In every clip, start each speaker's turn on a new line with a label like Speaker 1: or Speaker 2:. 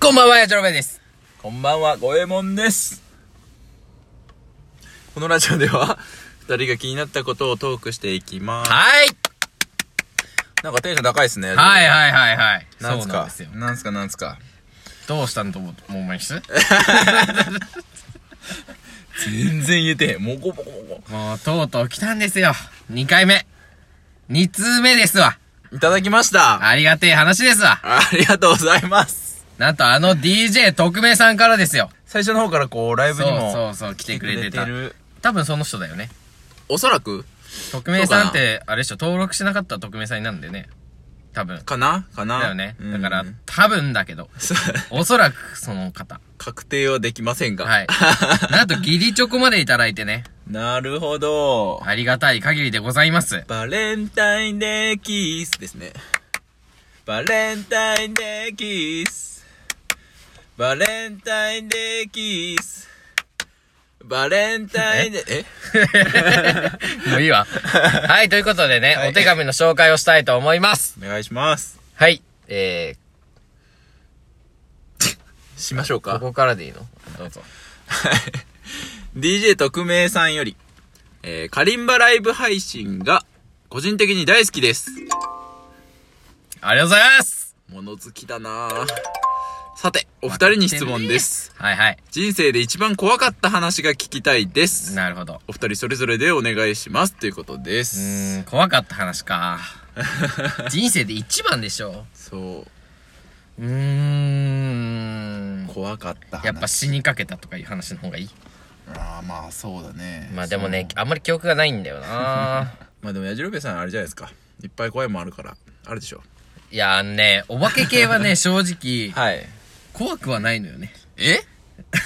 Speaker 1: こんばんは、やちゃろべです。
Speaker 2: こんばんは、ごえもんです。このラジオでは、二人が気になったことをトークしていきます。
Speaker 1: はい
Speaker 2: なんかテンション高いですね。
Speaker 1: はい
Speaker 2: い。
Speaker 1: はいはいはい。
Speaker 2: なん
Speaker 1: そう
Speaker 2: す
Speaker 1: なん
Speaker 2: か
Speaker 1: ですよ。
Speaker 2: なんすかなんすか
Speaker 1: どうしたんと思思います
Speaker 2: 全然言えてへん。もこもこも
Speaker 1: もう、とうとう来たんですよ。2回目。2通目ですわ。
Speaker 2: こ。いただきました。
Speaker 1: ありがてえ話ですわ。
Speaker 2: ありがとうございます。
Speaker 1: なんとあの DJ 特命さんからですよ。
Speaker 2: 最初の方からこう、ライブにも。
Speaker 1: そうそうそう来てくれてた
Speaker 2: 来る
Speaker 1: 多分その人だよね。
Speaker 2: おそらく
Speaker 1: 特命さんって、あれでしょ、登録しなかった特命さんになるんだよね。多分。
Speaker 2: かなかな
Speaker 1: だよね。だから
Speaker 2: うん、
Speaker 1: 多分だけど。
Speaker 2: そう
Speaker 1: おそらくその方。
Speaker 2: 確定はできませんが。
Speaker 1: はい。なんとギリチョコまでいただいてね。
Speaker 2: なるほど。
Speaker 1: ありがたい限りでございます。
Speaker 2: バレンタインデーキースですね。バレンタインデーキース。バレンタインデーキース。バレンタインデー、え
Speaker 1: もういい わ。はい、ということでね、
Speaker 2: はい
Speaker 1: お手紙の紹介をしたいと思います。
Speaker 2: お願いします。
Speaker 1: はい。え
Speaker 2: しましょう
Speaker 1: ー、こ
Speaker 2: か。
Speaker 1: こからでいいのどうぞ。
Speaker 2: DJ 特命さんより、えー、カリンバライブ配信が個人的に大好きです。
Speaker 1: ありがとうございます
Speaker 2: 物好きだなぁさて、お二人に質問です。。
Speaker 1: はいはい。
Speaker 2: 人生で一番怖かった話が聞きたいです。
Speaker 1: なるほど。
Speaker 2: お二人それぞれでお願いします。ということで
Speaker 1: うー
Speaker 2: す。
Speaker 1: ん、怖かった話 か。人生で一番でしょ
Speaker 2: そう
Speaker 1: ーん。
Speaker 2: 怖かった話
Speaker 1: やっぱ死にかけたとかいう話の方がいい。
Speaker 2: ああまあそうだね
Speaker 1: まあでもね、あんまり記憶がないんだよな
Speaker 2: そうまあでもやじろべえさんあれじゃないですかいっぱい怖いもんあるからあるでしょ
Speaker 1: いや、あのね、お化け系は ね、正直、
Speaker 2: はい
Speaker 1: 怖くはないのよね。
Speaker 2: え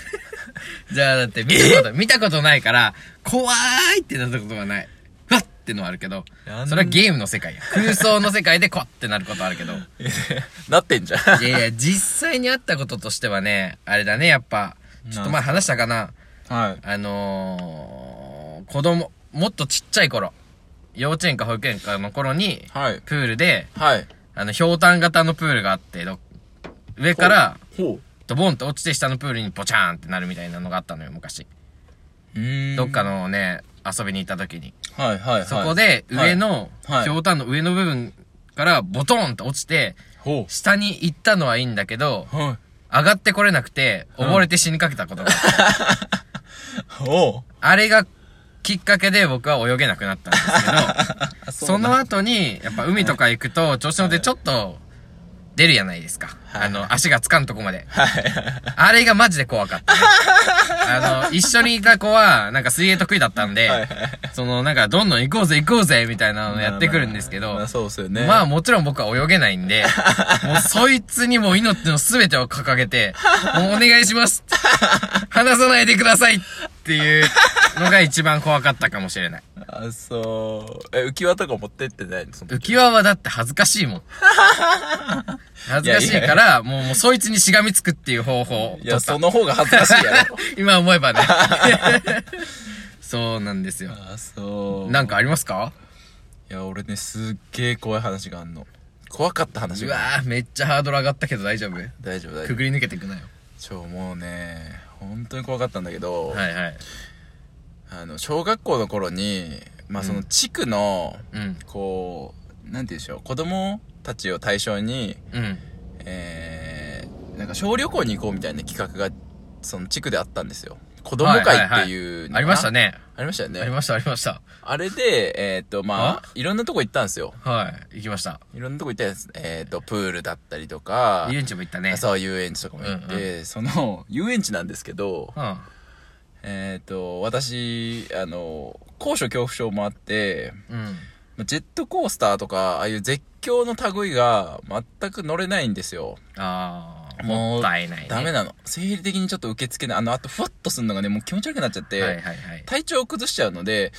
Speaker 1: じゃあ、だって見たこと、見たことないから、怖ーいってなったことはない。ふわってのはあるけど
Speaker 2: やんな、
Speaker 1: それはゲームの世界や。空想の世界でこわってなることはあるけ ど。
Speaker 2: なってんじゃん
Speaker 1: いやいや、実際にあったこととしてはね、あれだね、やっぱ。ちょっと前話したかな。
Speaker 2: はい
Speaker 1: あのー、子供、もっとちっちゃい頃、幼稚園か保育園かの頃に、
Speaker 2: はい
Speaker 1: プールで、
Speaker 2: はい
Speaker 1: あの、氷炭型のプールがあって、ど上から、
Speaker 2: ほ
Speaker 1: ドボンと落ちて下のプールにボチャーンってなるみたいなのがあったのよ、昔。
Speaker 2: ううん
Speaker 1: どっかのね、遊びに行った時に。
Speaker 2: はいはいはい
Speaker 1: そこで、上の、
Speaker 2: はいはい
Speaker 1: ひょうたんの上の部分からボトンと落ちて、
Speaker 2: ほ
Speaker 1: 下に行ったのはいいんだけど、
Speaker 2: うはい
Speaker 1: 上がってこれなくて、溺れて死にかけたことがあった。
Speaker 2: ほ
Speaker 1: あれがきっかけで僕は泳げなくなったんですけど、その後に、やっぱ海とか行くと、調子乗ってちょっと、出るじゃないですか。
Speaker 2: はい
Speaker 1: あの、足がつかんとこまで。
Speaker 2: うはい
Speaker 1: あれがマジで怖か ったね、あの、一緒にいた子は、なんか水泳得意だったんで
Speaker 2: はいはい、
Speaker 1: その、なんかどんどん行こうぜ行こうぜみたいなのやってくるんですけど
Speaker 2: まあ、そうっすよね
Speaker 1: まあもちろん僕は泳げないん で、もうそいつにもう命の全てを掲げて、もうお願いしますって離さないでくださいっていうのが一番怖かったかもしれない。
Speaker 2: あそうえ浮き輪とか持ってってないのその
Speaker 1: 浮き輪はだって恥ずかし いもん。恥ずかしいから、もうもうそいつにしがみつくっていう方法を
Speaker 2: い
Speaker 1: 取
Speaker 2: や
Speaker 1: った
Speaker 2: その方が恥ずかしいや ろ
Speaker 1: 今思え ばね。そうなんですよ。
Speaker 2: あそう
Speaker 1: なんかありますか
Speaker 2: いや俺ねすっげえ怖い話があんの怖かった話
Speaker 1: う
Speaker 2: があんの
Speaker 1: わぁ、めっちゃハードル上がったけど大丈夫
Speaker 2: 大丈夫大丈夫
Speaker 1: くぐり抜けていくなよ。
Speaker 2: ちょ、もうね、本当に怖かったんだけど、
Speaker 1: はいはい。
Speaker 2: あの、小学校の頃に、まあ
Speaker 1: うん
Speaker 2: その地区の、
Speaker 1: うん。
Speaker 2: こう、なんて言うんでしょう、子供たちを対象に、
Speaker 1: うん。
Speaker 2: えー、なんか小旅行に行こうみたいな企画が、その地区であったんですよ。子供会っていうのかな
Speaker 1: ありました。ね。
Speaker 2: ありましたよ
Speaker 1: あり
Speaker 2: ね。
Speaker 1: ましたありました。
Speaker 2: あれで、えーっと、まあ
Speaker 1: あ、
Speaker 2: いろんなとこ行ったんですよ。
Speaker 1: はい。行きました。
Speaker 2: いろんなとこ行ったんです。えーっと、プールだったりとか、
Speaker 1: 遊園地も行ったね。う。
Speaker 2: そう、遊園地とかも行って、
Speaker 1: う
Speaker 2: その、 遊園地なんですけど、
Speaker 1: うん。うん。
Speaker 2: えっ、と、私、あの、高所恐怖症もあって、まジェットコースターとか、ああいう絶叫の類が全く乗れないんですよ。
Speaker 1: あー、
Speaker 2: もう
Speaker 1: もったいないね。
Speaker 2: ダメなの。生理的にちょっと受け付けない。あの、あとふわっとするのがね、もう気持ち悪くなっちゃって、
Speaker 1: はいはいはい。
Speaker 2: 体調を崩しちゃうので、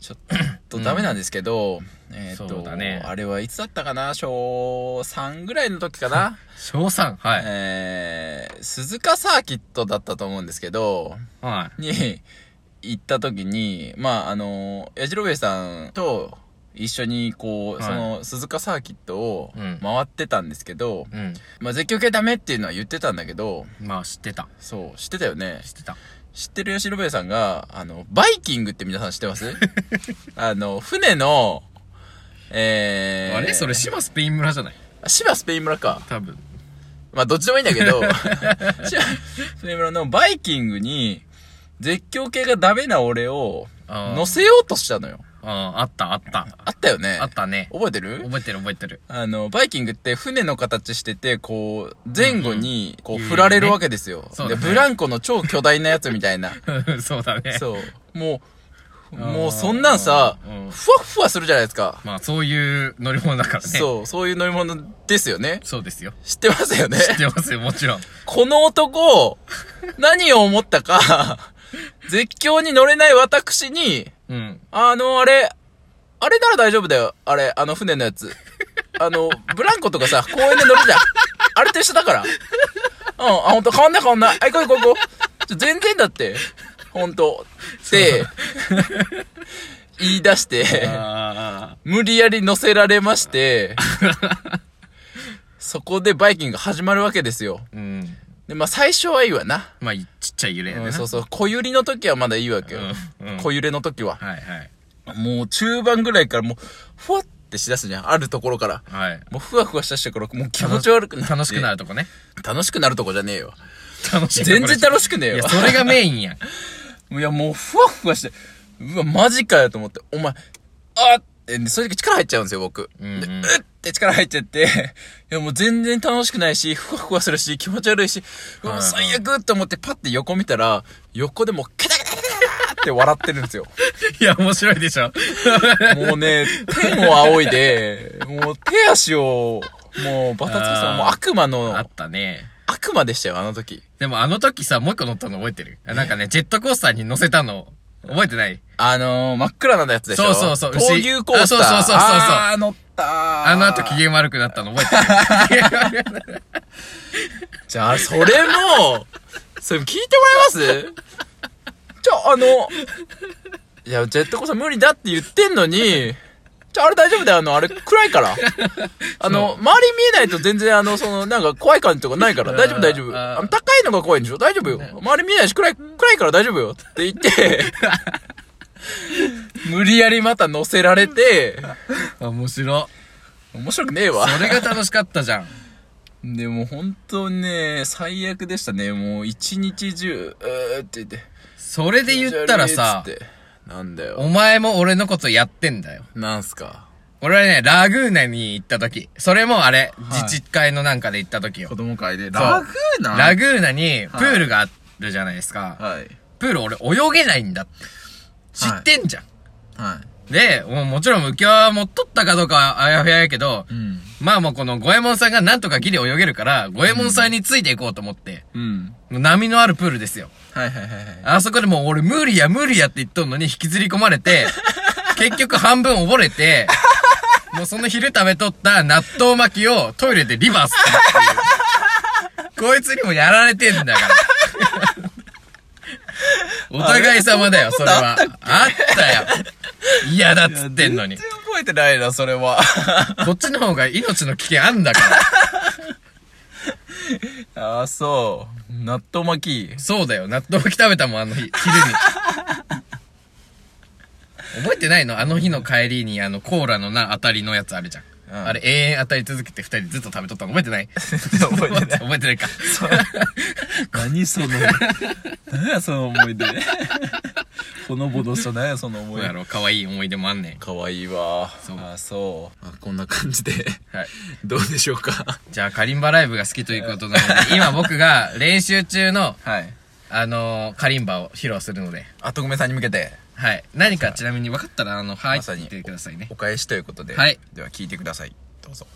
Speaker 2: ちょっとダメなんですけど、えっ、
Speaker 1: そ
Speaker 2: と、
Speaker 1: うだね
Speaker 2: あれはいつだったかな小3ぐらいの時かな
Speaker 1: 賞賛はい。
Speaker 2: えー、鈴鹿サーキットだったと思うんですけど、
Speaker 1: は
Speaker 2: に行った時に、まあ、あの、やじろべえさんと、一緒にこ
Speaker 1: は
Speaker 2: う、
Speaker 1: い
Speaker 2: その鈴鹿サーキットを
Speaker 1: うん
Speaker 2: 回ってたんですけど、
Speaker 1: うん。
Speaker 2: まあ絶叫系ダメっていうのは言ってたんだけど、
Speaker 1: まあ、知ってた。
Speaker 2: そう、知ってたよね
Speaker 1: 知。ってた。
Speaker 2: 知ってる吉野部さんが、あの、バイキングって皆さん知ってます あの、船の、えー、
Speaker 1: あれそれ、島スペイン村じゃない
Speaker 2: 芝スペイン村か。
Speaker 1: 多分。
Speaker 2: まあ、どっちでもいいんだ けど、芝スペイン村のバイキングに、絶叫系がダメな俺を、
Speaker 1: あー
Speaker 2: 乗せようとしたのよ。
Speaker 1: ああ、あった、あった。
Speaker 2: あったよね
Speaker 1: あったね。
Speaker 2: 覚えてる
Speaker 1: 覚えてる、覚えてる。
Speaker 2: あの、バイキングって船の形してて、こう、前後に、こう、振られるわけですよ。
Speaker 1: そう
Speaker 2: で、
Speaker 1: だね
Speaker 2: ブランコの超巨大なやつみた いな。
Speaker 1: そうだね。
Speaker 2: そう。もう、
Speaker 1: あー
Speaker 2: もうそんなんさ、
Speaker 1: うん
Speaker 2: ふわっふわするじゃないですか。
Speaker 1: まあ、そういう乗り物だからね。う。
Speaker 2: そう、そういう乗り物ですよね。
Speaker 1: そうですよ。
Speaker 2: 知ってますよね。
Speaker 1: 知ってますよ、もちろん。
Speaker 2: この男、何を思ったか、絶叫に乗れない私に、
Speaker 1: うん。
Speaker 2: あの、あれ、あれなら大丈夫だよ。あれ、あの船のやつ。あの、ブランコとかさ、公園で乗るじゃん。あれと一緒だから。うん、あ、ほんと、変わんない変わんない。あ、行こう行こう行こう。ちょ全然だって。ほんと。って、言い出して、
Speaker 1: あ
Speaker 2: 無理やり乗せられまして、そこでバイキング始まるわけですよ。
Speaker 1: あ。うん。
Speaker 2: で、まあ最初はいいわな。
Speaker 1: まあ、ちっちゃい揺れや
Speaker 2: う
Speaker 1: ね
Speaker 2: ん、
Speaker 1: な。
Speaker 2: そうそう。小揺りの時はまだいいわけよ。
Speaker 1: うんうん
Speaker 2: 小揺れの時は。
Speaker 1: はいはい。
Speaker 2: もう中盤ぐらいからもう、ふわってしだすじゃん。あるところから。
Speaker 1: はい。
Speaker 2: もうふわふわしたしてから、もう気持ち悪くなって。
Speaker 1: 楽しくな
Speaker 2: る。
Speaker 1: るとこね。
Speaker 2: 楽しくなるとこじゃねえよ。
Speaker 1: 楽しいとこ
Speaker 2: 全然楽しくねえ
Speaker 1: い
Speaker 2: よ。
Speaker 1: や、それがメイン やん。
Speaker 2: いや、もうふわふわして、うわ、マジかよと思って、お前、あっえでそういう時力入っちゃうんですよ、僕。
Speaker 1: んうん
Speaker 2: でうって力入っちゃって、いや、もう全然楽しくないし、ふわふわするし、気持ち悪いし、う
Speaker 1: は
Speaker 2: わ、
Speaker 1: いはい
Speaker 2: 最悪って思ってパッて横見たら、横でもう、ケタケタケタケタって笑ってるんですよ。
Speaker 1: いや、面白いでしょ。
Speaker 2: もうね、天を仰いで、もう手足を、もうバタつきそ
Speaker 1: あ
Speaker 2: う、
Speaker 1: ー
Speaker 2: もう悪魔
Speaker 1: あ
Speaker 2: の
Speaker 1: っ、たね。
Speaker 2: 悪魔でしたよ、あの時。
Speaker 1: でもあの時さ、もう一個乗ったの覚えてるなんかね、ジェットコースターに乗せたの、覚えてない
Speaker 2: あのー、真っ暗なやつでし
Speaker 1: そ
Speaker 2: ょ
Speaker 1: うそうそう
Speaker 2: 闘牛コースター。
Speaker 1: あそうそうそうそうそう
Speaker 2: あー、乗ったー。
Speaker 1: あの後機嫌悪くなったの覚え てる
Speaker 2: じゃあ、それも、それ聞いてもらえますちょ、あの、いや、ジェットコースター無理だって言ってんのに、ちょ、あれ大丈夫だよ、あの、あれ暗いから。あの、周り見えないと全然、あの、その、なんか怖い感じとかないから、大丈夫大丈夫。
Speaker 1: あー
Speaker 2: あの、高いのが怖いんでしょ大丈夫よ。周り見えないし、暗い、暗いから大丈夫よって言って、無理やりまた乗せられて、
Speaker 1: あ面白。
Speaker 2: 面白くねえわ。
Speaker 1: それが楽しかったじゃん。
Speaker 2: でも本当ね、最悪でしたね。もう一日中、うーって言って。
Speaker 1: それで言ったらさ
Speaker 2: っ、てなんだよ。
Speaker 1: お前も俺のことやってんだよ。
Speaker 2: なんすか
Speaker 1: 俺はね、ラグーナに行った時。それもあれ、
Speaker 2: はい
Speaker 1: 自治会のなんかで行った時よ
Speaker 2: 子。供会で。
Speaker 1: ラグ
Speaker 2: ーナ
Speaker 1: ラグーナにプールがあるじゃないですか。
Speaker 2: はい。
Speaker 1: プール俺泳げないんだって。知ってんじゃん。
Speaker 2: はい。
Speaker 1: で、もうもちろん浮き輪持っとったかどうかはあやふややけど、
Speaker 2: うん。
Speaker 1: まあもうこの五右衛門さんがなんとかギリ泳げるから、五右衛門さんについていこうと思って、
Speaker 2: うん。
Speaker 1: 波のあるプールですよ。
Speaker 2: はいはいはいはい。
Speaker 1: あそこでもう俺無理や無理やって言っとんのに引きずり込まれて、結局半分溺れて、もうその昼食べとった納豆巻きをトイレでリバースっていう。こいつにもやられてんだから。お互い様だよ、それは。あったよ。嫌だっつってんのに
Speaker 2: 全。然覚えてないな、それは。
Speaker 1: こっちの方が命の危険あんだから。
Speaker 2: あー、そう。納豆巻き。
Speaker 1: そうだよ。納豆巻き食べたもん、あの日、昼に。覚えてないのあの日の帰りに、あの、コーラのな、当たりのやつあるじゃん。
Speaker 2: うん
Speaker 1: あれ、永遠当たり続けて二人ずっと食べとったの覚えてない
Speaker 2: 覚えてない。
Speaker 1: 覚えてないか。
Speaker 2: 何その、 何やその思 い出。ほのぼのした何やその
Speaker 1: そ
Speaker 2: 思
Speaker 1: う
Speaker 2: い
Speaker 1: や
Speaker 2: 出。
Speaker 1: ろ、可愛い思い出もあんね
Speaker 2: かわいいわ。
Speaker 1: そう
Speaker 2: あー、そう。あこんな感じで、
Speaker 1: ん。はい。
Speaker 2: どうでしょうか。
Speaker 1: じゃあ、カリンバライブが好きということなの で、今僕が練習中の、
Speaker 2: はい。
Speaker 1: あのーカリンバを披露するので、
Speaker 2: あ、徳目さんに向けて、
Speaker 1: はい。何かちなみに分かったら、あの、はいって言ってくださいね。
Speaker 2: お返しということで。
Speaker 1: はい
Speaker 2: では、聞いてください。どうぞ。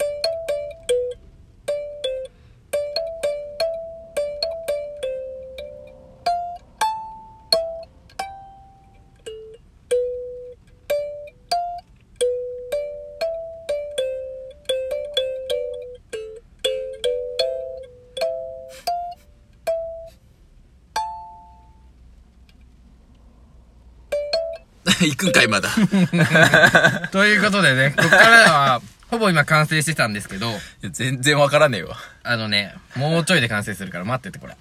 Speaker 3: 「
Speaker 2: 行くんかい、まだ。
Speaker 1: ということでね、こっからは、ほぼ今完成してたんですけど、
Speaker 2: 全然わからねえわ。
Speaker 1: あのね、もうちょいで完成するから待ってて、これ。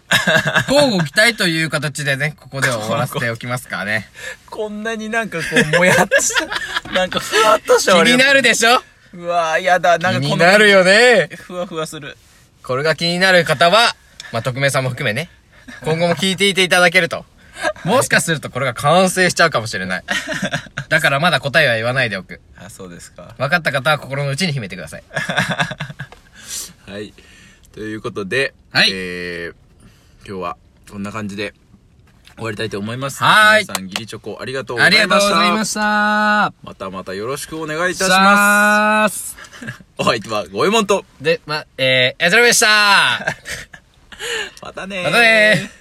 Speaker 1: 交互期待という形でね、ここでは終わらせておきますからね。
Speaker 2: こんなになんかこう、もやっと した、なんかふわっとし
Speaker 1: 気
Speaker 2: た俺
Speaker 1: になるでしょ
Speaker 2: うわぁ、やだ、なんか
Speaker 1: 気
Speaker 2: この
Speaker 1: になるよね。
Speaker 2: ふわふわする。
Speaker 1: これが気になる方は、まあ、匿名さんも含めね、今後も聞いていていただけると。もしかするとこれが完成しちゃうかもしれない。だからまだ答えは言わないでおく。
Speaker 2: あ、そうですか。
Speaker 1: 分かった方は心の内に秘めてください。
Speaker 2: はい。ということで、
Speaker 1: はい
Speaker 2: えー、今日はこんな感じで終わりたいと思います。
Speaker 1: はーい
Speaker 2: 皆さん、ギリチョコありがとうござ
Speaker 1: あり
Speaker 2: い
Speaker 1: がとう
Speaker 2: ま
Speaker 1: ご
Speaker 2: した。
Speaker 1: ざいま
Speaker 2: し
Speaker 1: した。
Speaker 2: た。またまたよろしくお願いいたし
Speaker 1: さ
Speaker 2: ま
Speaker 1: ーす。
Speaker 2: す。お相手は、ごえもんと。
Speaker 1: で、ま、えー、やつらめでした。
Speaker 2: またねー
Speaker 1: またねー